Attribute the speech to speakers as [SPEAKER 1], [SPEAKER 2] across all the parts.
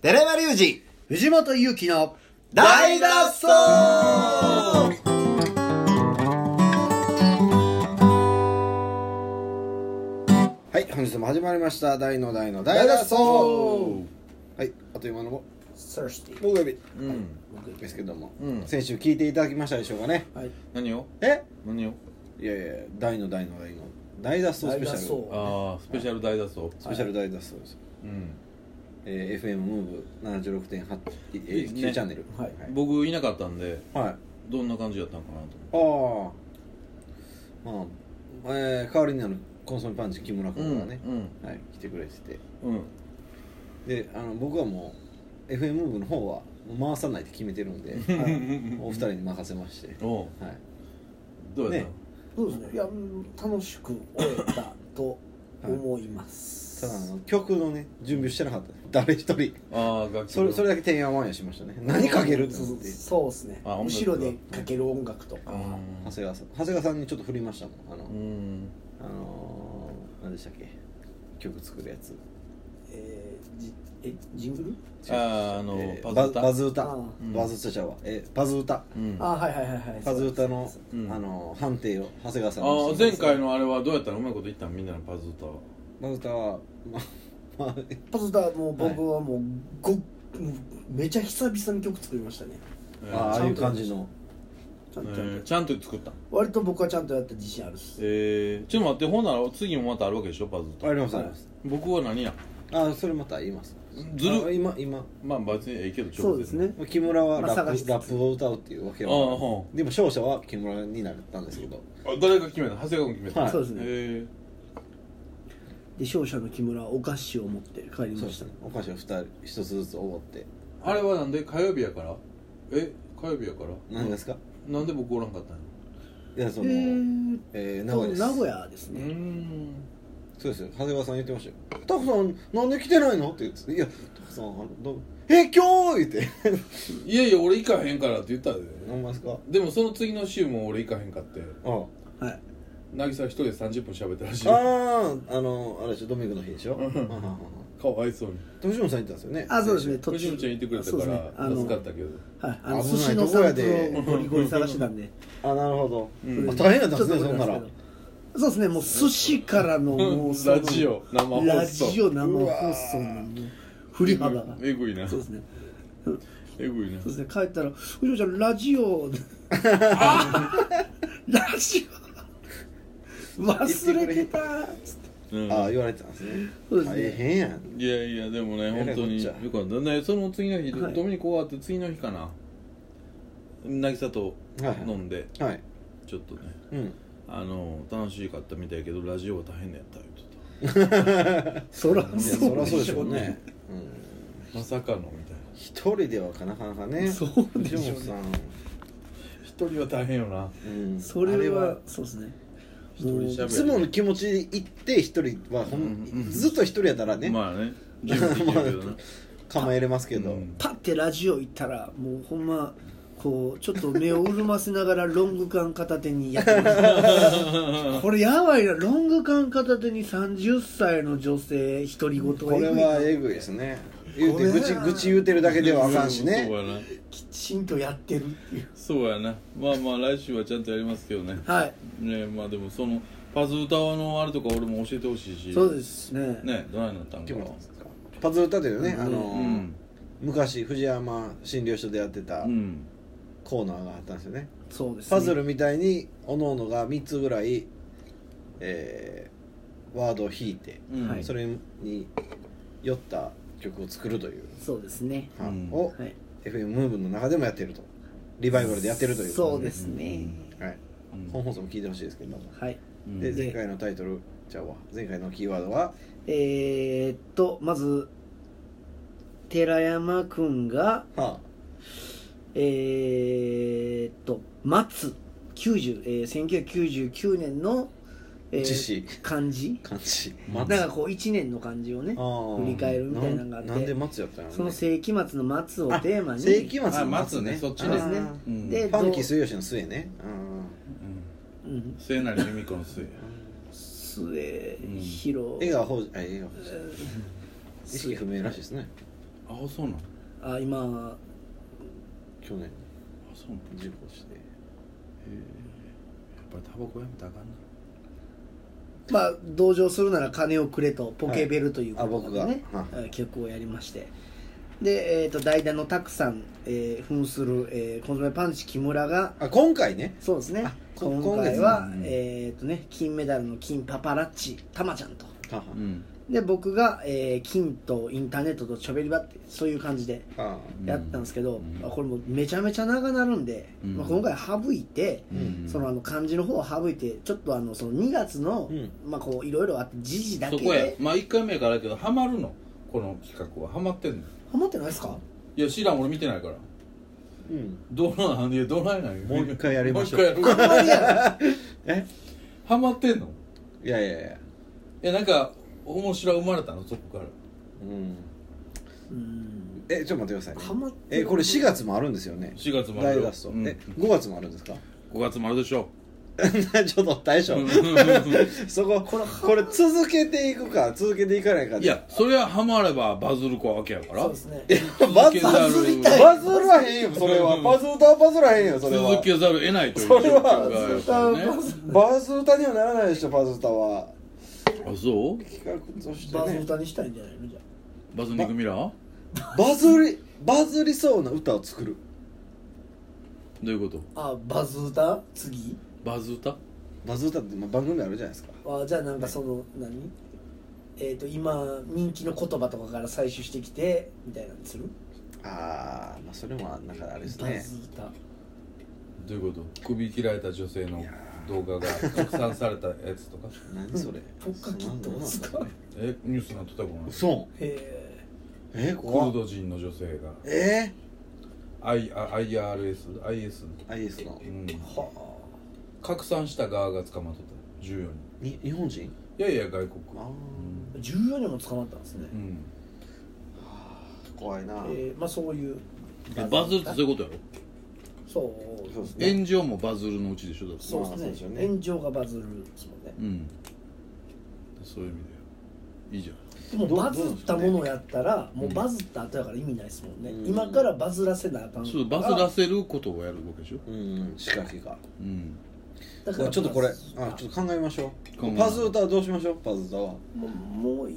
[SPEAKER 1] 寺山隆二
[SPEAKER 2] 藤本勇樹の
[SPEAKER 1] 大脱走
[SPEAKER 2] はい本日も始まりました大の大の大
[SPEAKER 1] 大
[SPEAKER 2] 脱
[SPEAKER 1] 脱
[SPEAKER 2] 走
[SPEAKER 1] 走
[SPEAKER 2] はいあっという間のも
[SPEAKER 3] Thirsty
[SPEAKER 2] 木曜日
[SPEAKER 1] うん
[SPEAKER 2] ですけども、
[SPEAKER 1] うん
[SPEAKER 2] 先週聞いていただきましたでしょうかね
[SPEAKER 3] はい
[SPEAKER 4] 何を
[SPEAKER 2] え
[SPEAKER 4] 何を
[SPEAKER 2] いやいや大の大の大の大脱走スペ
[SPEAKER 3] 大脱
[SPEAKER 2] シャル
[SPEAKER 3] 走
[SPEAKER 4] ああスペシャル大脱走
[SPEAKER 2] スペシャル大脱走です、
[SPEAKER 4] うん
[SPEAKER 2] えー FM ムーブ76.8、えー、9
[SPEAKER 4] ね
[SPEAKER 2] チャンネル
[SPEAKER 3] はい
[SPEAKER 4] 僕いなかったんで
[SPEAKER 2] はい、はい
[SPEAKER 4] どんな感じやったんかなと思
[SPEAKER 2] ああまあ、えー代わりになるコンソメパンチ木村
[SPEAKER 4] う
[SPEAKER 2] 君がね、
[SPEAKER 4] うん
[SPEAKER 2] はい、来てくれてて
[SPEAKER 4] うん
[SPEAKER 2] であの僕はもう FM ムーブの方はもう回さないって決めてるん で、はいお二人に任せまして、
[SPEAKER 4] おう
[SPEAKER 2] はい、
[SPEAKER 4] どうやっ
[SPEAKER 2] ね
[SPEAKER 3] そうですねいやうん楽しく終えたと思います
[SPEAKER 2] ただあの曲のね準備してなかった誰一人
[SPEAKER 4] たのああ楽器
[SPEAKER 2] それそれだけてんやわんやしましたね何かけるって
[SPEAKER 3] そうそ
[SPEAKER 2] 思っ
[SPEAKER 3] う
[SPEAKER 2] て
[SPEAKER 3] そうですね
[SPEAKER 4] あ音楽
[SPEAKER 3] 後ろでかける音楽とか
[SPEAKER 4] うん
[SPEAKER 2] 長谷川さん長谷川さんにちょっと振りましたもんあの、
[SPEAKER 4] うん
[SPEAKER 2] あのー、何でしたっけ曲作るやつ
[SPEAKER 3] えーじえジングル
[SPEAKER 4] あーあの
[SPEAKER 2] えー
[SPEAKER 4] パズ
[SPEAKER 2] バ
[SPEAKER 4] 歌
[SPEAKER 2] バズ歌
[SPEAKER 3] あー
[SPEAKER 4] うん
[SPEAKER 2] バズ歌ちゃうわえーパズ歌
[SPEAKER 4] うん
[SPEAKER 3] あはいはいはいはい
[SPEAKER 2] パズ歌の、
[SPEAKER 4] うん
[SPEAKER 2] あのー判定を長谷川さん
[SPEAKER 4] あー
[SPEAKER 2] にして
[SPEAKER 4] 前回のあれはどうやったのうまいこといったんみんなのパズ歌は
[SPEAKER 2] バズ歌はまあまあ
[SPEAKER 3] パズ歌はもう僕はもうごめちゃ久々に曲作りましたね
[SPEAKER 4] え
[SPEAKER 2] ああ
[SPEAKER 4] ー
[SPEAKER 2] あいう感じの
[SPEAKER 3] ちゃん
[SPEAKER 4] え
[SPEAKER 3] と
[SPEAKER 4] ーちゃんと作ったん
[SPEAKER 3] 割と僕はちゃんとやった自信あるっす
[SPEAKER 4] えーちょっと待ってほんなら次もまたあるわけでしょパズ
[SPEAKER 2] あ
[SPEAKER 4] 歌
[SPEAKER 2] りますあります
[SPEAKER 4] 僕は何や
[SPEAKER 2] あーそれまた言います
[SPEAKER 4] ず
[SPEAKER 2] あ
[SPEAKER 4] る
[SPEAKER 2] 今今
[SPEAKER 4] まあ別にええけどちょ
[SPEAKER 3] そ
[SPEAKER 4] っ
[SPEAKER 3] う
[SPEAKER 4] と
[SPEAKER 3] ですね
[SPEAKER 2] 木村は
[SPEAKER 3] まあ
[SPEAKER 2] ラップ,、
[SPEAKER 3] 探しつつ
[SPEAKER 2] ラップを歌うっていうわけは
[SPEAKER 4] あーほ
[SPEAKER 2] でも勝者は木村になったんですけど
[SPEAKER 4] あ誰が決めた長谷川君決めた
[SPEAKER 2] はい
[SPEAKER 3] そうですね
[SPEAKER 4] え
[SPEAKER 3] で勝者の木村はお菓子を持って帰りま
[SPEAKER 2] そうで
[SPEAKER 3] し
[SPEAKER 2] す
[SPEAKER 3] た
[SPEAKER 2] ねお菓子を二人一つずつおごって
[SPEAKER 4] ーあれはなんで火曜日やからえ火曜日やから
[SPEAKER 2] 何ですか、
[SPEAKER 4] なんで僕おらんかったんや
[SPEAKER 2] いやそ
[SPEAKER 3] え
[SPEAKER 2] の、
[SPEAKER 3] ー
[SPEAKER 2] えー名
[SPEAKER 3] 名
[SPEAKER 2] 古屋
[SPEAKER 3] 古
[SPEAKER 2] で
[SPEAKER 3] 屋です
[SPEAKER 2] す
[SPEAKER 4] う
[SPEAKER 3] ね、
[SPEAKER 4] ーん
[SPEAKER 2] そうですよ長谷川さん言ってましたよ「タコさんなんで来てないの?」って言って「いやタコさんあのどうえ今日!」言って
[SPEAKER 4] いやいや俺行かへんからって言ったで
[SPEAKER 2] 「何ですか?」
[SPEAKER 4] でもその次の週も俺行かへんかって
[SPEAKER 2] あ
[SPEAKER 3] はい
[SPEAKER 4] 渚一人で30分喋ったらしい
[SPEAKER 2] ああーあのあれでしょドミグの日でしょうんうんうんうん
[SPEAKER 4] かわいそうに
[SPEAKER 2] 藤本さん行ったんですよね
[SPEAKER 3] あそうですね
[SPEAKER 4] 藤野ちゃんいてくれたか
[SPEAKER 3] そうですねあ
[SPEAKER 4] ら
[SPEAKER 3] の
[SPEAKER 4] 助かったけど
[SPEAKER 3] はい、あの
[SPEAKER 2] 危
[SPEAKER 3] 寿
[SPEAKER 2] ない
[SPEAKER 3] 司の
[SPEAKER 2] とこ
[SPEAKER 3] サ
[SPEAKER 2] や
[SPEAKER 3] ン
[SPEAKER 2] で
[SPEAKER 3] プをゴリゴリ探してたんで
[SPEAKER 2] あなるほど、
[SPEAKER 4] うん
[SPEAKER 2] あ、大変だったん
[SPEAKER 3] ちょ
[SPEAKER 2] で
[SPEAKER 3] っと
[SPEAKER 2] すねそんなら
[SPEAKER 3] そうですねもう寿司からのもうその
[SPEAKER 4] ラジオ生放送
[SPEAKER 3] ラジオ生放送のもう振り幅が
[SPEAKER 4] えぐいな
[SPEAKER 3] そうですね
[SPEAKER 4] えぐいな
[SPEAKER 3] そうですね帰ったら「藤野ちゃんラジオ」ラジオ忘れてた
[SPEAKER 4] うん
[SPEAKER 2] ああ言われてたんですね
[SPEAKER 3] そうですね
[SPEAKER 2] 大変やん
[SPEAKER 4] いやいやでもね
[SPEAKER 2] えらい
[SPEAKER 4] 本当に
[SPEAKER 2] こ
[SPEAKER 4] よ
[SPEAKER 2] っちゃ
[SPEAKER 4] かったねその次の日
[SPEAKER 3] はい
[SPEAKER 4] ドミニク終わって次の日かな渚と
[SPEAKER 2] はいはい
[SPEAKER 4] 飲んで
[SPEAKER 2] はい
[SPEAKER 4] ちょっとね
[SPEAKER 2] うん
[SPEAKER 4] あの楽しかったみたいやけどラジオは大変だやった言う
[SPEAKER 3] そら
[SPEAKER 2] いやそり
[SPEAKER 4] て
[SPEAKER 2] ゃそうでしょ
[SPEAKER 3] ょ
[SPEAKER 2] うね、うん、
[SPEAKER 4] たまさかのみたいな
[SPEAKER 2] 一人ではなかなかね
[SPEAKER 3] そうでしょうね
[SPEAKER 2] 藤本
[SPEAKER 4] 一人は大変よな
[SPEAKER 2] さん、うん、
[SPEAKER 3] そ
[SPEAKER 2] あ
[SPEAKER 3] れはそうですね
[SPEAKER 4] 一人
[SPEAKER 2] い
[SPEAKER 4] 喋
[SPEAKER 2] つもの気持ちで行って一人はほん、
[SPEAKER 4] うんうん
[SPEAKER 2] ずっと一人やったらね、
[SPEAKER 4] まあね準備できるけどな
[SPEAKER 2] 構えれますけど、
[SPEAKER 4] うん
[SPEAKER 3] パッてラジオ行ったらもうほんまこうちょっと目を潤ませながらロング缶片手にやってましたこれやばいなロング缶片手に30歳の女性独り言
[SPEAKER 2] これはえぐいですね言うて
[SPEAKER 3] これ
[SPEAKER 2] 愚
[SPEAKER 3] は
[SPEAKER 2] 痴愚痴言うてるだけではあかんし
[SPEAKER 4] そ
[SPEAKER 2] ね
[SPEAKER 4] うやな
[SPEAKER 3] きちんとやってるっていう
[SPEAKER 4] そうやなまあまあ来週はちゃんとやりますけどね
[SPEAKER 3] はい
[SPEAKER 4] ねまあでもそのパズ歌のあれとか俺も教えてほしいし
[SPEAKER 3] そうですね
[SPEAKER 4] ねどないなったんか
[SPEAKER 2] 木
[SPEAKER 4] な
[SPEAKER 2] 村さんパズル歌というね、あの
[SPEAKER 4] う
[SPEAKER 2] ー
[SPEAKER 4] ん
[SPEAKER 2] 昔藤山診療所でやってた
[SPEAKER 4] うん
[SPEAKER 2] コーナーがあったんですよね
[SPEAKER 3] そうですね
[SPEAKER 2] パズルみたいにおのおのが3つぐらい、えーワードを引いて、
[SPEAKER 4] うん
[SPEAKER 3] はい
[SPEAKER 2] それに酔った曲を作るという、
[SPEAKER 3] そうですね
[SPEAKER 4] うん
[SPEAKER 2] はいを、
[SPEAKER 3] はい
[SPEAKER 2] FM ムーブの中でもやってるとリバイバルでやってるという
[SPEAKER 3] そうですね
[SPEAKER 2] はい、
[SPEAKER 4] うん
[SPEAKER 2] 本放送も聞いてほしいですけども、
[SPEAKER 3] はい
[SPEAKER 4] うん
[SPEAKER 2] で
[SPEAKER 3] で
[SPEAKER 2] 前回のタイトルじゃあわ前回のキーワードは
[SPEAKER 3] えー、っとまず寺山くんが
[SPEAKER 2] 「は
[SPEAKER 3] えー、っと松90、えー、1999年の、えー
[SPEAKER 2] 知識
[SPEAKER 3] 漢字
[SPEAKER 2] あ」漢字
[SPEAKER 3] なんかこう1年の漢字をね振
[SPEAKER 2] 振
[SPEAKER 3] り返るみたいなのがあ
[SPEAKER 2] な
[SPEAKER 3] って
[SPEAKER 2] んなんで松やったの
[SPEAKER 3] その世紀末の松をテーマに
[SPEAKER 2] 世紀末の松
[SPEAKER 4] 松
[SPEAKER 2] ね
[SPEAKER 4] ねそっち
[SPEAKER 3] で
[SPEAKER 4] ですす
[SPEAKER 3] ね
[SPEAKER 4] ね
[SPEAKER 2] あ
[SPEAKER 4] うん
[SPEAKER 3] で
[SPEAKER 2] ーファンキー末吉の末ねうん
[SPEAKER 4] う
[SPEAKER 3] う
[SPEAKER 4] ん
[SPEAKER 3] ん、
[SPEAKER 4] 末成由美子の末
[SPEAKER 3] 末
[SPEAKER 4] ん
[SPEAKER 3] 広、
[SPEAKER 2] 笑顔ほうあ笑顔
[SPEAKER 3] えー
[SPEAKER 2] 意識不明らしいですね
[SPEAKER 4] ああそうなの
[SPEAKER 3] あ今
[SPEAKER 2] 去年
[SPEAKER 4] あそうなの
[SPEAKER 2] 事故して
[SPEAKER 4] やっぱりタバコやめたらあかんな
[SPEAKER 3] まあ同情するなら金をくれとポケベルという
[SPEAKER 2] はいあ
[SPEAKER 3] ことでね、
[SPEAKER 2] 僕がはい
[SPEAKER 3] えー曲をやりましてで、えー、と代打のたくさん、えー、扮する、えー、コンソメパンチ木村が
[SPEAKER 2] あ今回ね
[SPEAKER 3] そうですね
[SPEAKER 2] あこ
[SPEAKER 3] 今回は
[SPEAKER 2] 今月、のうん
[SPEAKER 3] えーとね、金メダルの金パパラッチたまちゃんと
[SPEAKER 2] はは
[SPEAKER 4] うん
[SPEAKER 3] で僕が、えー金とインターネットとチョベリバってそういう感じで
[SPEAKER 2] は
[SPEAKER 3] やったんですけど、
[SPEAKER 4] うん
[SPEAKER 3] まあこれもめちゃめちゃ長なるんで、
[SPEAKER 4] うん
[SPEAKER 3] まあ、今回省いて、
[SPEAKER 4] うん
[SPEAKER 3] そのあの漢字の方を省いてちょっとあのその2月の、
[SPEAKER 2] うん
[SPEAKER 3] まあこういろいろあって時事だけ
[SPEAKER 4] そこや
[SPEAKER 3] で
[SPEAKER 4] まあ1回目やからやけどハマるのこの企画はハマってんの
[SPEAKER 3] ハマってないですか
[SPEAKER 4] いや知らん俺見てないから
[SPEAKER 2] うん
[SPEAKER 4] どうなんいやどないなんよ
[SPEAKER 2] もう一回やりましょう
[SPEAKER 4] もう一回やろう
[SPEAKER 3] ハマりや
[SPEAKER 2] え
[SPEAKER 4] ハマってんの
[SPEAKER 2] いやいやいや
[SPEAKER 4] えなんか面白い生まれたのそこから
[SPEAKER 2] うん
[SPEAKER 3] ろうん
[SPEAKER 2] えちょっと待ってくださいね
[SPEAKER 3] ハマって
[SPEAKER 2] えこれ4月もあるんですよね
[SPEAKER 4] 4月もあ
[SPEAKER 2] 大
[SPEAKER 4] るよ
[SPEAKER 2] 脱走、
[SPEAKER 4] うん
[SPEAKER 2] え5月もあるんですか
[SPEAKER 4] 5月もあるでしょ
[SPEAKER 2] ちょっと大 将そここれこれ続けていくか続けていかないか
[SPEAKER 4] いやそれはハマればバズる子わけやから
[SPEAKER 3] そうですね
[SPEAKER 2] バ
[SPEAKER 4] 続
[SPEAKER 2] ズ
[SPEAKER 4] けざ
[SPEAKER 3] バ
[SPEAKER 4] る
[SPEAKER 3] ズりたい
[SPEAKER 2] バズらへんよそれはバズ歌はバズらへんよそれは
[SPEAKER 4] 続けざるを得ないという
[SPEAKER 2] それは
[SPEAKER 4] 状況
[SPEAKER 3] あ
[SPEAKER 4] がやっぱりね
[SPEAKER 2] バズ歌にはならないでしょバズ歌は
[SPEAKER 4] あそう
[SPEAKER 2] 企画として
[SPEAKER 3] バズ
[SPEAKER 2] ね
[SPEAKER 3] 歌にしたいんじゃないのじゃ
[SPEAKER 4] バズニクミラーど
[SPEAKER 2] バズりバズりそうな歌を作る
[SPEAKER 4] ういうこと
[SPEAKER 3] ああバズ歌次
[SPEAKER 4] バズ歌
[SPEAKER 2] バズ歌ってまあ番組あるじゃないですか
[SPEAKER 3] あじゃあなんかその何えっ、と今人気の言葉とかから採取してきてみたいなのにする
[SPEAKER 2] あーまあそれもなんかあれです
[SPEAKER 3] バ
[SPEAKER 2] ね
[SPEAKER 3] ズ歌
[SPEAKER 4] どういうこと首切られた女性の動画が拡散されたやつとか
[SPEAKER 2] 何それ
[SPEAKER 3] ポッカキットですかへ
[SPEAKER 4] えニュースなっとったこの
[SPEAKER 2] 嘘
[SPEAKER 3] え
[SPEAKER 2] え
[SPEAKER 4] クル
[SPEAKER 2] 怖っ
[SPEAKER 4] ド人の女性が
[SPEAKER 2] え
[SPEAKER 4] I- あ IRS IS、
[SPEAKER 2] ー、IS の
[SPEAKER 4] うん、
[SPEAKER 3] は
[SPEAKER 4] 拡散した側が捕まっとった14人
[SPEAKER 2] に日本人
[SPEAKER 4] いやいや外国
[SPEAKER 2] あ
[SPEAKER 3] あ14人も捕まったんですね
[SPEAKER 4] う、ん
[SPEAKER 2] ー怖いな、
[SPEAKER 3] えー、まあそういう
[SPEAKER 4] えバズるってそういうことやろ
[SPEAKER 3] そう
[SPEAKER 2] そうですね
[SPEAKER 4] 炎上もバズるのうちでしょだって
[SPEAKER 3] そう
[SPEAKER 2] まあそう
[SPEAKER 3] で
[SPEAKER 2] ですすよ
[SPEAKER 3] ね
[SPEAKER 2] ね
[SPEAKER 3] 炎上がバズるですもんね
[SPEAKER 4] うんそういう意味でいいじゃん
[SPEAKER 3] でも
[SPEAKER 2] どう
[SPEAKER 3] バズったものやったらもうバズった後やから意味ないですもんね、
[SPEAKER 2] うん
[SPEAKER 3] 今からバズらせなあかん
[SPEAKER 4] そうバズらせることをやるわけでしょ
[SPEAKER 2] うん仕掛けが
[SPEAKER 4] うん
[SPEAKER 3] だ
[SPEAKER 2] ちょっとこれあちょ
[SPEAKER 3] ょっ
[SPEAKER 2] っと考えましょ
[SPEAKER 4] 考え
[SPEAKER 2] う
[SPEAKER 4] ま
[SPEAKER 2] パ
[SPEAKER 4] しょう
[SPEAKER 2] ズ歌はどうしましょうパズ歌
[SPEAKER 3] と
[SPEAKER 2] は
[SPEAKER 3] もうもういい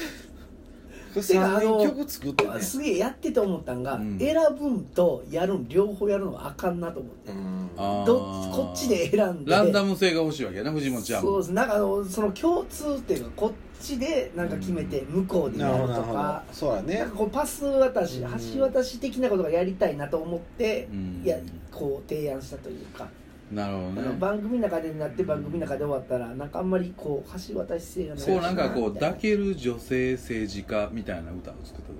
[SPEAKER 3] てかあ
[SPEAKER 2] 3
[SPEAKER 3] の
[SPEAKER 2] 人曲作ってね
[SPEAKER 3] すげえやってて思ったんが、
[SPEAKER 4] うん
[SPEAKER 3] 選ぶんとやるん両方やるのはあかんなと思って
[SPEAKER 2] うん
[SPEAKER 4] あー
[SPEAKER 3] どっちこっちで選んで
[SPEAKER 4] ランダム性が欲しいわけやな藤本ちゃん
[SPEAKER 3] そう
[SPEAKER 4] も
[SPEAKER 3] ですなんかあのその共通点がこっちでなんか決めて向こうで
[SPEAKER 2] な
[SPEAKER 3] や
[SPEAKER 2] る
[SPEAKER 3] る
[SPEAKER 2] ほ
[SPEAKER 3] と
[SPEAKER 2] どなるほ
[SPEAKER 3] か
[SPEAKER 2] どそうだ
[SPEAKER 3] な
[SPEAKER 2] ね
[SPEAKER 3] んかこうパス渡し
[SPEAKER 2] うん
[SPEAKER 3] 橋渡し的なことがやりたいなと思って、
[SPEAKER 4] うん
[SPEAKER 3] いやこう提案したというか、
[SPEAKER 4] なるほ
[SPEAKER 3] あの
[SPEAKER 4] どね
[SPEAKER 3] 番組の中でなって番組の中で終わったらなんかあんまりこう橋渡し性がない
[SPEAKER 4] こうなんかこう
[SPEAKER 3] みたい
[SPEAKER 4] 抱ける女性政治家みたいな歌を作ったとこ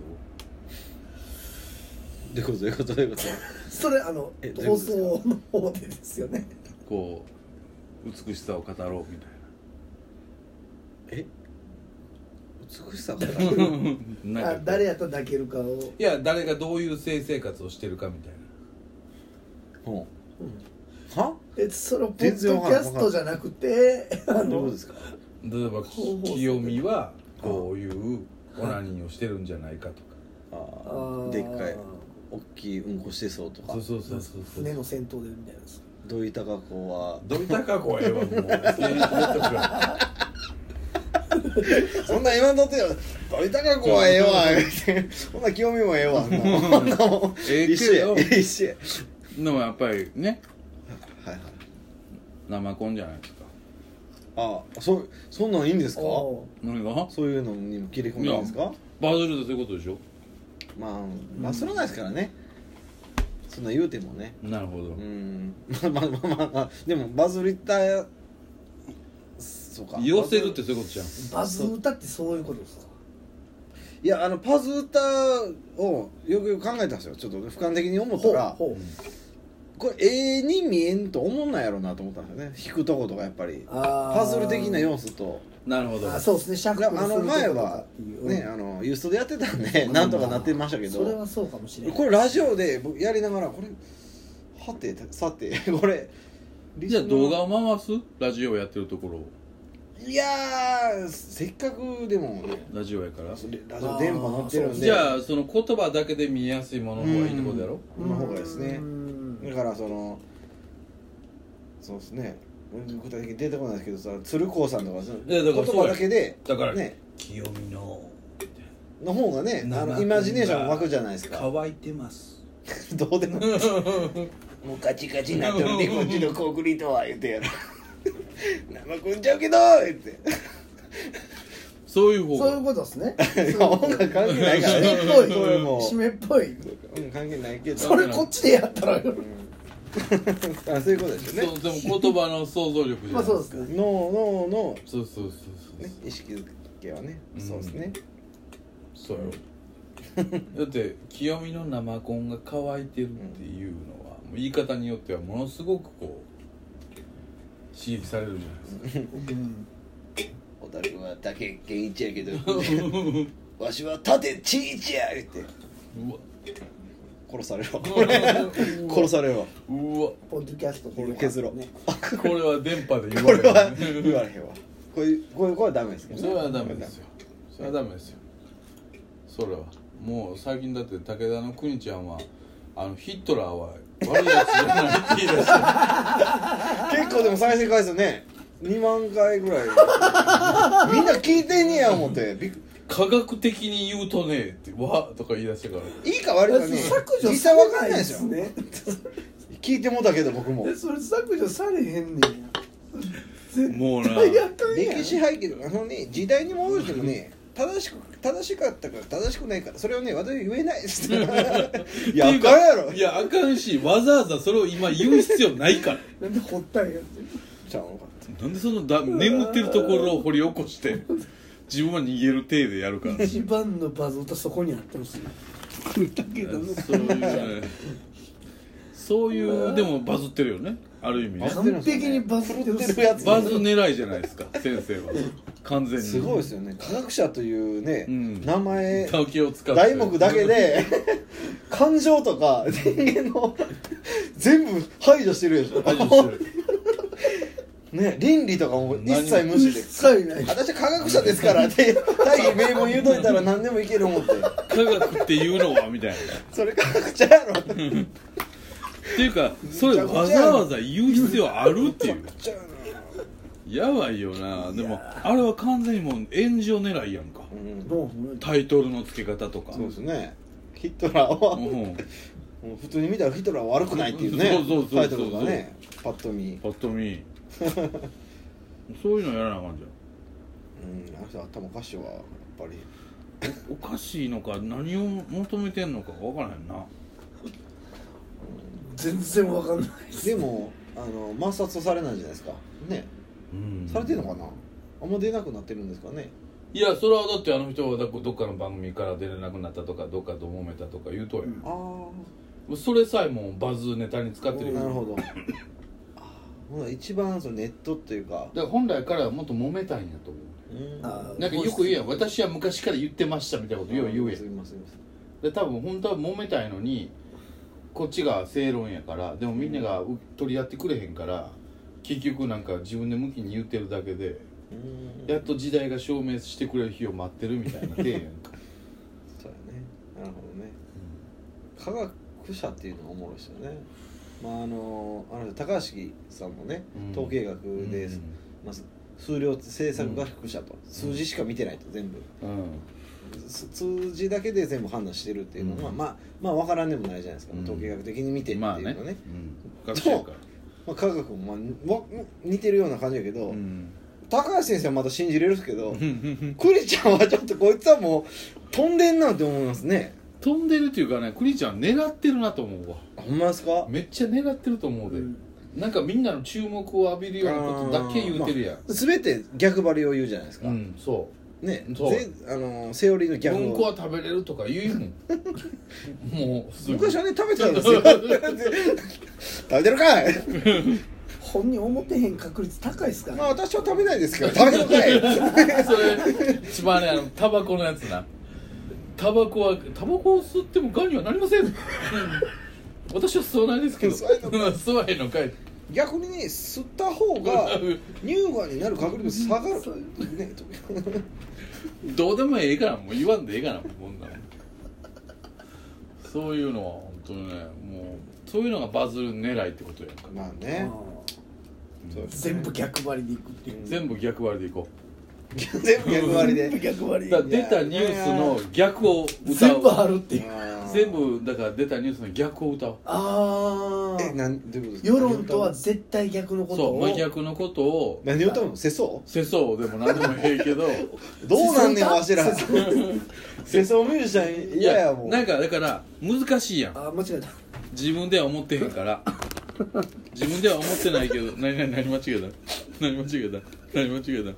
[SPEAKER 2] どういうことどういうことどういうこと
[SPEAKER 3] それあの
[SPEAKER 2] えどういう
[SPEAKER 3] 放
[SPEAKER 2] ことですか
[SPEAKER 3] 送の方でですよね
[SPEAKER 4] こう美しさを語ろうみたい
[SPEAKER 2] え美しさを語 る
[SPEAKER 4] ななん
[SPEAKER 3] あ
[SPEAKER 4] か
[SPEAKER 3] 誰やったら抱けるかを
[SPEAKER 4] いや誰がどういう性生活をしてるかみたいな
[SPEAKER 2] ほうは
[SPEAKER 3] えそのポッ
[SPEAKER 2] 全然
[SPEAKER 3] ド
[SPEAKER 2] わ
[SPEAKER 3] キ
[SPEAKER 2] から
[SPEAKER 3] ャ
[SPEAKER 2] ん
[SPEAKER 3] ストじゃなくてあ
[SPEAKER 2] どういうこと
[SPEAKER 3] の
[SPEAKER 2] ですか
[SPEAKER 4] 例えば清美はこういうオナニーをしてるんじゃないかとか
[SPEAKER 2] あ
[SPEAKER 3] あ
[SPEAKER 2] ー
[SPEAKER 3] ー
[SPEAKER 2] でっかい大きいうんこしてそうとか
[SPEAKER 4] そうそうそうそうそう
[SPEAKER 3] 船の戦闘でみたいなです
[SPEAKER 2] 土井孝子は
[SPEAKER 4] どういったかこええわもう政治ネットから
[SPEAKER 2] そんなん言わんとってよ土井孝子はええわ言うて そんな清美もええわ そんなもん
[SPEAKER 4] ええけ
[SPEAKER 2] 一緒
[SPEAKER 4] ど
[SPEAKER 2] や一緒や
[SPEAKER 4] でもやっぱりね
[SPEAKER 2] はいはい
[SPEAKER 4] 生コンじゃないですか
[SPEAKER 2] あそそんなんいいんですか
[SPEAKER 3] お
[SPEAKER 4] 何が
[SPEAKER 2] そういうのにも切り込んでいいんです
[SPEAKER 4] い
[SPEAKER 2] か
[SPEAKER 4] バズるってそういうことでしょ
[SPEAKER 2] まあまあそれはないですからねそんな言うてもね
[SPEAKER 4] なるほど
[SPEAKER 2] う、んまあまあまあまあでもバズりたいそうか
[SPEAKER 4] 寄せるってそういうことじゃん
[SPEAKER 3] ーバズ歌ってそういうことですか
[SPEAKER 2] いやあのパズ歌をよくよく考えたんですよちょっと俯瞰的に思ったら
[SPEAKER 3] ほうほう
[SPEAKER 2] これ絵に見えんと思んないやろうなと思ったんですよね弾くとことかやっぱり
[SPEAKER 3] あー
[SPEAKER 2] パズル的な要素と
[SPEAKER 4] なるほど
[SPEAKER 3] あそうですねシャッ
[SPEAKER 2] い
[SPEAKER 3] フ
[SPEAKER 2] や
[SPEAKER 3] ル
[SPEAKER 2] あの前はね
[SPEAKER 3] あ
[SPEAKER 2] あのユーストでやってたんでなんとかなってましたけ
[SPEAKER 3] それ
[SPEAKER 2] ど
[SPEAKER 3] はそうかもしれない
[SPEAKER 2] これラジオで僕やりながらこれはてさて これ
[SPEAKER 4] じゃあ動画を回すラジオやってるところを
[SPEAKER 2] いいやーせっかくでもね
[SPEAKER 4] ラジオやから
[SPEAKER 2] それラジオ電波乗ってるんで
[SPEAKER 4] じゃあその言葉だけで見やすいものの方がいいってことやろ
[SPEAKER 2] この方がですね
[SPEAKER 3] うん
[SPEAKER 2] だからそのそうですね具体的に出てこないですけどさ鶴光さんとかその
[SPEAKER 4] いやだからそう
[SPEAKER 2] 言葉だけで
[SPEAKER 4] だから
[SPEAKER 2] ね
[SPEAKER 4] 清美の
[SPEAKER 2] の方がねあのイマジネーション湧くじゃないですか
[SPEAKER 4] 乾いてます
[SPEAKER 2] どうでももうカチカチになってるでこっちのコンクリートは言ってやる生くんちゃうけど言って
[SPEAKER 4] そういう方
[SPEAKER 3] そういう
[SPEAKER 4] が
[SPEAKER 3] ことですね
[SPEAKER 2] いや音楽関係ないからね
[SPEAKER 3] 締めっぽい
[SPEAKER 2] これも
[SPEAKER 3] 締めっぽい
[SPEAKER 2] うん関係ないけど
[SPEAKER 3] それこっちでやったら
[SPEAKER 2] うんあそういうことですよね
[SPEAKER 4] そうでも言葉の想像力じゃ
[SPEAKER 3] ま
[SPEAKER 4] な
[SPEAKER 3] あ
[SPEAKER 4] い
[SPEAKER 3] そう
[SPEAKER 4] で
[SPEAKER 3] ですす
[SPEAKER 4] か
[SPEAKER 3] ね
[SPEAKER 2] 脳脳の
[SPEAKER 4] そうそうそうそう
[SPEAKER 2] ね意識づけはね
[SPEAKER 4] うん
[SPEAKER 2] そうですね
[SPEAKER 4] そうやろだって清美の生コンが乾いてるっていうのは、もう言い方によってはものすごくこう刺激されるじゃないですか
[SPEAKER 3] うん
[SPEAKER 2] 「おたくは竹健一やけ どわしは盾ちいちや」言って
[SPEAKER 4] うわ
[SPEAKER 2] 殺されるわ 殺されるわ
[SPEAKER 4] うわ
[SPEAKER 3] ポッドキャスト
[SPEAKER 2] これ削ろう
[SPEAKER 3] ね
[SPEAKER 4] これは電波で 言
[SPEAKER 2] こ
[SPEAKER 4] わ
[SPEAKER 2] れ
[SPEAKER 4] れる
[SPEAKER 2] は言われへんわこういうこういうこれはダメですけど
[SPEAKER 4] それはダメですよそれはダメですよそれはもう最近だって武田の邦ちゃんはあのヒットラーは悪いやつじゃないって言い 出して
[SPEAKER 2] 結構でも再生回数ね2万回 ぐらいみんな聞いてんねや思ってびっく
[SPEAKER 4] 科学的に言うとねってわとか言い出してから
[SPEAKER 2] いいか悪いかね
[SPEAKER 3] 削除
[SPEAKER 2] 実
[SPEAKER 3] さ
[SPEAKER 2] 際わ
[SPEAKER 3] れ
[SPEAKER 2] か
[SPEAKER 3] なんい
[SPEAKER 2] ない
[SPEAKER 3] で
[SPEAKER 2] ですよ
[SPEAKER 3] すね
[SPEAKER 2] 聞いてもうたけど僕も
[SPEAKER 3] えそれ削除されへんねんや
[SPEAKER 4] もうな
[SPEAKER 3] 最悪やん
[SPEAKER 2] 歴史背景とかそのね時代に戻してもね正しく正しかったから正しくないからそれをね私言えないです いやあかんやろ
[SPEAKER 4] いやあかんしわざわざそれを今言う必要ないから
[SPEAKER 3] なんで掘ったんやって
[SPEAKER 2] ちゃうのか
[SPEAKER 4] なんでそのだ眠ってるところを掘り起こして自分は逃げる体でやるから
[SPEAKER 3] 一番のバズーとそこにあってほしいだけどね
[SPEAKER 4] そういうねそういうでもバズってるよねある意味ね
[SPEAKER 3] 完璧にバズってる
[SPEAKER 2] 狂ってるやつ
[SPEAKER 4] バズ狙いじゃないですか先生は完全に
[SPEAKER 2] すごいですよね科学者というね、
[SPEAKER 4] うん
[SPEAKER 2] 名前
[SPEAKER 4] 竹を使って
[SPEAKER 2] 題目だけで 感情とか人間の 全部排除してるでしょ
[SPEAKER 4] 排除してる
[SPEAKER 2] ね倫理とかも一切無視で
[SPEAKER 3] 一切ない
[SPEAKER 2] 私は科学者ですからって大義名分言うといたら何でもいける思って
[SPEAKER 4] 科学っていうのはみたいなっ
[SPEAKER 2] それ科学者やろって
[SPEAKER 4] ていうかそれわざわざ言う必要あるっていうやばいよなでもあれは完全にもう炎上狙いやんか
[SPEAKER 2] うん
[SPEAKER 3] もう
[SPEAKER 4] タイトルの付け方とか
[SPEAKER 2] そうですねヒットラーは
[SPEAKER 4] う
[SPEAKER 2] も
[SPEAKER 4] ん
[SPEAKER 2] う普通に見たらヒットラーは悪くないっていうね
[SPEAKER 4] そうそうそうそう
[SPEAKER 2] タイトルがねパッと見
[SPEAKER 4] パッと見そういうのやらなあかんじ
[SPEAKER 2] うんあの人頭おかしいわやっぱり
[SPEAKER 4] ゃんおおかしいのか何を求めてんのか分からへんな
[SPEAKER 3] 全然わかんない
[SPEAKER 2] でもあの抹殺とされないじゃないですかね
[SPEAKER 4] うん
[SPEAKER 2] されてんのかなあんま出なくなってるんですかね
[SPEAKER 4] いやそれはだってあの人はだどっかの番組から出れなくなったとかどっかと揉めたとか言うとや、
[SPEAKER 2] ああ
[SPEAKER 4] それさえもうバズネタに使ってるよ
[SPEAKER 2] なるほどあーほな一番そのネットっていうか
[SPEAKER 4] だから本来からはもっと揉めたいんやと思う
[SPEAKER 2] うん
[SPEAKER 3] あー
[SPEAKER 4] なんかよく言うやん私は昔から言ってましたみたいなことよう言うや
[SPEAKER 2] す
[SPEAKER 4] ん
[SPEAKER 2] みませんすみません
[SPEAKER 4] で多分本当は揉めたいのにこっちが正論やからでもみんながう取り合ってくれへんから結局なんか自分で向きに言ってるだけで
[SPEAKER 2] うん
[SPEAKER 4] やっと時代が証明してくれる日を待ってるみたいな体やんか
[SPEAKER 2] そうやねなるほどね科学者っていうのがおもろいですよねまああのあの人高橋さんもね、
[SPEAKER 4] うん
[SPEAKER 2] 統計学で、
[SPEAKER 4] うん
[SPEAKER 2] まあ、数量政策学者と、数字しか見てないと全部
[SPEAKER 4] うん
[SPEAKER 2] す数字だけで全部判断してるっていうのは、
[SPEAKER 4] うん
[SPEAKER 2] まあまあ分からんでもないじゃないですか、
[SPEAKER 4] うん
[SPEAKER 2] 統計学的に見てっていうの
[SPEAKER 4] まあ
[SPEAKER 2] はね,、
[SPEAKER 4] ね、
[SPEAKER 2] まあ、
[SPEAKER 4] うん、学習やから
[SPEAKER 2] 科学も、まあも、似てるような感じやけど、
[SPEAKER 4] うん
[SPEAKER 2] 高橋先生はまだ信じれるんですけど
[SPEAKER 4] うん
[SPEAKER 2] クリちゃんはちょっとこいつはもう飛んでんなって思いますね
[SPEAKER 4] 飛んでるっていうかねクリちゃん狙ってるなと思うわ
[SPEAKER 2] あほんまですか
[SPEAKER 4] めっちゃ狙ってると思うで、
[SPEAKER 3] うん
[SPEAKER 4] なんかみんなの注目を浴びるようなことだけ言うてるやん、
[SPEAKER 2] 全て逆張りを言うじゃないですか、
[SPEAKER 4] うんそう
[SPEAKER 2] ね
[SPEAKER 4] そう
[SPEAKER 2] ぜあのセオリーの逆
[SPEAKER 4] うんこ
[SPEAKER 2] を
[SPEAKER 4] は食べれるとか言うもんもうすぐ
[SPEAKER 2] 昔はね食べてたんです よ食べてるかい
[SPEAKER 3] 本人思ってへん確率高いですから、
[SPEAKER 2] まあ私は食べないですけど食べてるかい
[SPEAKER 4] それ一番ねあのタバコのやつなタバコはタバコを吸 ってもがんにはなりません私は吸わないですけど
[SPEAKER 2] 吸わへんの
[SPEAKER 4] 吸わへんのかい
[SPEAKER 2] 逆にね吸った方 が乳がんになる確率下がるね
[SPEAKER 4] どうでもええからもう言わんでええからもうこんなんそういうのは本当にねもうそういうのがバズる狙いってことやんか、
[SPEAKER 2] まあ
[SPEAKER 3] あ
[SPEAKER 2] ねそうですね
[SPEAKER 3] 全部逆張りでいくっていう
[SPEAKER 4] 全部逆割りでいこ
[SPEAKER 2] 全部役割
[SPEAKER 3] 全部
[SPEAKER 2] で
[SPEAKER 3] 逆張
[SPEAKER 4] う
[SPEAKER 3] り
[SPEAKER 4] だから出たニュースの逆を歌う
[SPEAKER 3] 全部あるっていう
[SPEAKER 4] 全部だから出たニュースの逆を歌おう
[SPEAKER 3] あ
[SPEAKER 2] え
[SPEAKER 3] あ
[SPEAKER 2] なんどういうことですか
[SPEAKER 3] 世論とは絶対逆のこと
[SPEAKER 4] そ
[SPEAKER 3] を
[SPEAKER 4] う真逆のことを
[SPEAKER 2] 何を歌うの世相
[SPEAKER 4] 世相でも何でもええけ
[SPEAKER 2] ど
[SPEAKER 4] ど
[SPEAKER 2] うなんね
[SPEAKER 3] 世
[SPEAKER 2] ん
[SPEAKER 3] 相か
[SPEAKER 2] わしら
[SPEAKER 3] 世
[SPEAKER 2] 世相ミュージシャン嫌やもん
[SPEAKER 4] なんかだから難しいやん
[SPEAKER 3] あー間違えた
[SPEAKER 4] 自分では思ってへんから 自分では思ってないけど何何何間違えた何間違えた何間違えた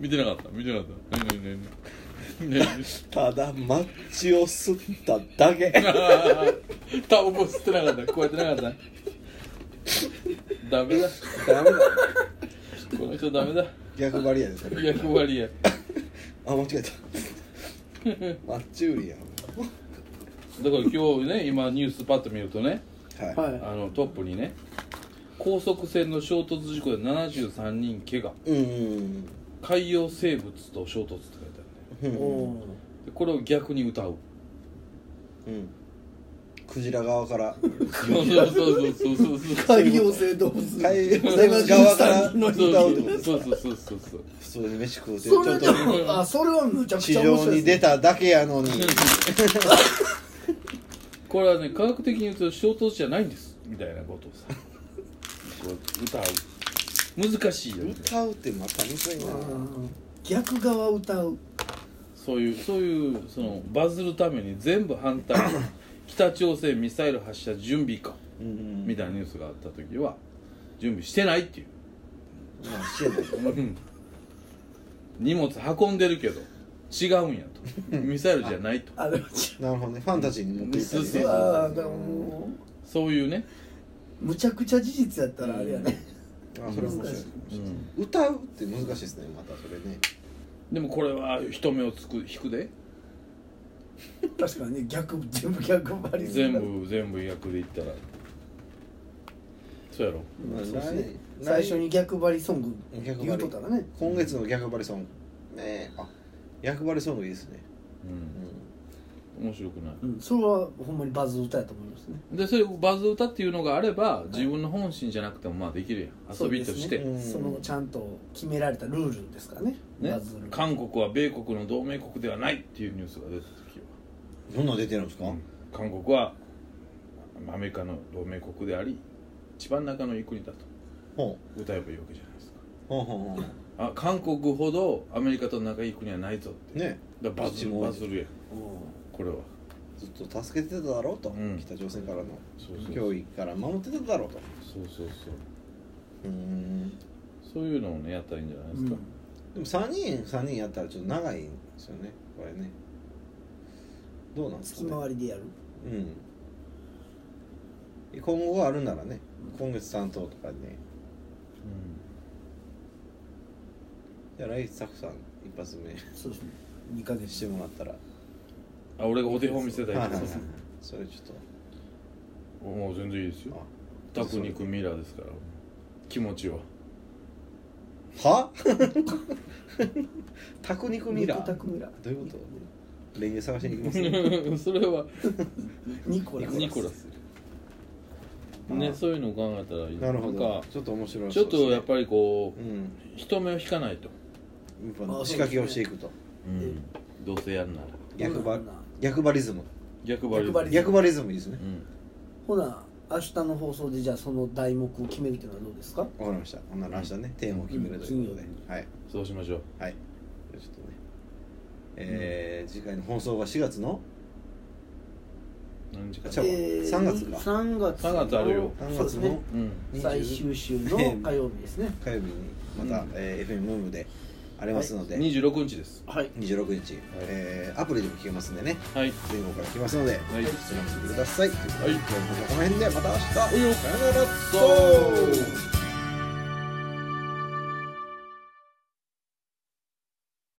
[SPEAKER 4] 見てなかった見てなかった何何何何
[SPEAKER 2] ただマッチを吸っただけ
[SPEAKER 4] 何 タオコ吸ってなかったこうやってなかったダメだ
[SPEAKER 2] ダメだ
[SPEAKER 4] この人ダメだ
[SPEAKER 2] 逆張りやでそれ
[SPEAKER 4] 役割や
[SPEAKER 2] あ間違えたマッチ売りや
[SPEAKER 4] だから今日ね今ニュースパッと見るとね
[SPEAKER 2] はい、
[SPEAKER 3] はい
[SPEAKER 4] あのトップにね高速船の衝突事故で73人怪我
[SPEAKER 2] うん
[SPEAKER 4] 海洋生物と衝突って書いてあるね
[SPEAKER 2] うん
[SPEAKER 3] おー
[SPEAKER 4] でこれを逆に歌う
[SPEAKER 2] うんクジラ側 から
[SPEAKER 4] そうそうそうそうそうそう
[SPEAKER 3] 海洋性動物
[SPEAKER 2] 海洋側から
[SPEAKER 3] 73の
[SPEAKER 4] そう
[SPEAKER 2] 歌うってこと
[SPEAKER 4] そうそうそうそうそう
[SPEAKER 2] 普通に飯食うてちょ
[SPEAKER 3] それ
[SPEAKER 2] っ
[SPEAKER 3] で
[SPEAKER 2] と
[SPEAKER 3] もあそれはむちゃく
[SPEAKER 2] 地
[SPEAKER 3] ちゃ面
[SPEAKER 2] 上
[SPEAKER 3] 白い
[SPEAKER 2] に出
[SPEAKER 3] です
[SPEAKER 2] ただけやのに
[SPEAKER 4] これはね科学的に言うと衝突じゃないんですみたいなことをさこう歌う難しいよね
[SPEAKER 2] 歌うってまたむずいな
[SPEAKER 3] うん逆側歌う
[SPEAKER 4] そういうそういうそのバズるために全部反対 北朝鮮ミサイル発射準備か
[SPEAKER 2] うん
[SPEAKER 4] みたいなニュースがあった時は準備してないっていう
[SPEAKER 2] まあしてない
[SPEAKER 4] 荷物運んでるけど違うんやとミサイルじゃないと
[SPEAKER 3] あれは違
[SPEAKER 2] なるほどねファンタジーに持っていったりね
[SPEAKER 4] そう
[SPEAKER 3] うわーだから
[SPEAKER 2] うん
[SPEAKER 3] も
[SPEAKER 4] そういうね、
[SPEAKER 3] うむちゃくちゃ事実やったらあれやね
[SPEAKER 2] あそれ面白い歌うって難しいですねまたそれね
[SPEAKER 4] でもこれは人目をつく引くで
[SPEAKER 3] 確かにね逆全部逆張りする
[SPEAKER 4] 全部全部役でいったらそうやろ
[SPEAKER 2] まあ
[SPEAKER 3] そうです
[SPEAKER 2] 来
[SPEAKER 3] ね最初に逆張りソング
[SPEAKER 2] 逆
[SPEAKER 3] 言
[SPEAKER 2] 張
[SPEAKER 3] うと
[SPEAKER 2] り
[SPEAKER 3] ったらね
[SPEAKER 2] 今月の逆張りソングねえあ逆張りソングいいですね
[SPEAKER 4] うん面白くない
[SPEAKER 3] うんそれはほんまにバズ歌やと思いますね
[SPEAKER 4] でそれバズ歌っていうのがあれば自分の本心じゃなくてもまあできるやん遊びとして、
[SPEAKER 2] そうですね
[SPEAKER 3] そのちゃんと決められたルールですからね
[SPEAKER 4] ね
[SPEAKER 3] バズる、
[SPEAKER 4] 韓国は米国の同盟国ではないっていうニュースが出た時は
[SPEAKER 2] どんなん出てるんですか
[SPEAKER 4] 韓国はアメリカの同盟国であり一番中のいい国だと
[SPEAKER 2] ほ
[SPEAKER 4] 歌えばいいわけじゃないですか
[SPEAKER 2] うほうほうほ
[SPEAKER 4] あ韓国ほどアメリカと仲いい国はないぞっ
[SPEAKER 2] う
[SPEAKER 4] て
[SPEAKER 2] ね
[SPEAKER 4] だからバ
[SPEAKER 2] ど
[SPEAKER 4] ズ
[SPEAKER 2] っち
[SPEAKER 4] る
[SPEAKER 2] も
[SPEAKER 4] バズるやん
[SPEAKER 3] う
[SPEAKER 4] これは
[SPEAKER 2] ずっと助けてただろうと、
[SPEAKER 4] うん
[SPEAKER 2] 北朝鮮からの
[SPEAKER 4] そうそうそう
[SPEAKER 2] 脅威から守ってただろうと
[SPEAKER 4] そうそうそう
[SPEAKER 2] うん
[SPEAKER 4] そういうのをねやったらいいんじゃないで
[SPEAKER 3] ん
[SPEAKER 4] すか、
[SPEAKER 2] でも3人3人やったらちょっと長いんですよねこれねどうなんです
[SPEAKER 3] 月
[SPEAKER 2] かね
[SPEAKER 3] 回りでやる
[SPEAKER 2] うん今後があるならね今月担当とかねじゃあ来月サクさん一発目
[SPEAKER 3] そうですね2ヶ
[SPEAKER 2] して
[SPEAKER 3] 月
[SPEAKER 2] もらったら
[SPEAKER 4] うんあ俺がお手本見せたい
[SPEAKER 2] は
[SPEAKER 4] か
[SPEAKER 2] いはい
[SPEAKER 4] ら
[SPEAKER 2] はいそれちょっ
[SPEAKER 4] もう全然いいですよ
[SPEAKER 2] あ
[SPEAKER 4] タクニクミラーですから気 持ちは
[SPEAKER 2] と はタクニクミラ
[SPEAKER 3] ニコタ
[SPEAKER 2] ー
[SPEAKER 3] クミラー
[SPEAKER 2] どういうことレンゲ探しに行きます
[SPEAKER 4] それは
[SPEAKER 3] ニコラス
[SPEAKER 4] ニコラスねそういうのを考えたらいい
[SPEAKER 2] なるほ
[SPEAKER 4] なん
[SPEAKER 2] ど
[SPEAKER 4] か
[SPEAKER 2] ちょっと面白い
[SPEAKER 4] ちょっとやっぱりこ
[SPEAKER 2] り
[SPEAKER 4] う
[SPEAKER 2] うん
[SPEAKER 4] 人目を引かないと、
[SPEAKER 2] やっぱ
[SPEAKER 3] あそうですね
[SPEAKER 2] 仕掛けをしていくと
[SPEAKER 4] どうせやんなら
[SPEAKER 2] 逆張
[SPEAKER 3] うん
[SPEAKER 2] 逆張リズム
[SPEAKER 4] 逆張り
[SPEAKER 3] 逆張り
[SPEAKER 2] 逆張リズムいいですね
[SPEAKER 4] うん
[SPEAKER 3] ほな明日の放送でじゃあその題目を決めるっていうのはどうですか
[SPEAKER 2] わかりましたほんなら明日ねテーマを決めるということで
[SPEAKER 3] うん
[SPEAKER 2] はい
[SPEAKER 4] そうしましょう
[SPEAKER 2] はいじゃあちょっとねえー次回の放送が4月の
[SPEAKER 4] 何時間
[SPEAKER 2] じゃあ三月か
[SPEAKER 3] 3月の
[SPEAKER 4] 三月あるよ
[SPEAKER 3] そ
[SPEAKER 2] 3
[SPEAKER 3] うで
[SPEAKER 2] 月
[SPEAKER 3] す
[SPEAKER 2] の
[SPEAKER 3] ね
[SPEAKER 4] うん
[SPEAKER 3] 最終週の火曜日です ね
[SPEAKER 2] 火曜日にまた、えー FM ムームでありますので、
[SPEAKER 4] 26日です
[SPEAKER 3] はい
[SPEAKER 2] 26日、えーアプリでも聞けますんでね
[SPEAKER 4] はい
[SPEAKER 2] 全国から聞けますので、
[SPEAKER 4] い
[SPEAKER 2] 質問してくださいということで、
[SPEAKER 4] はい
[SPEAKER 2] 今日の放送はこの辺でまた明日、さよ
[SPEAKER 4] い
[SPEAKER 2] なら
[SPEAKER 4] よそう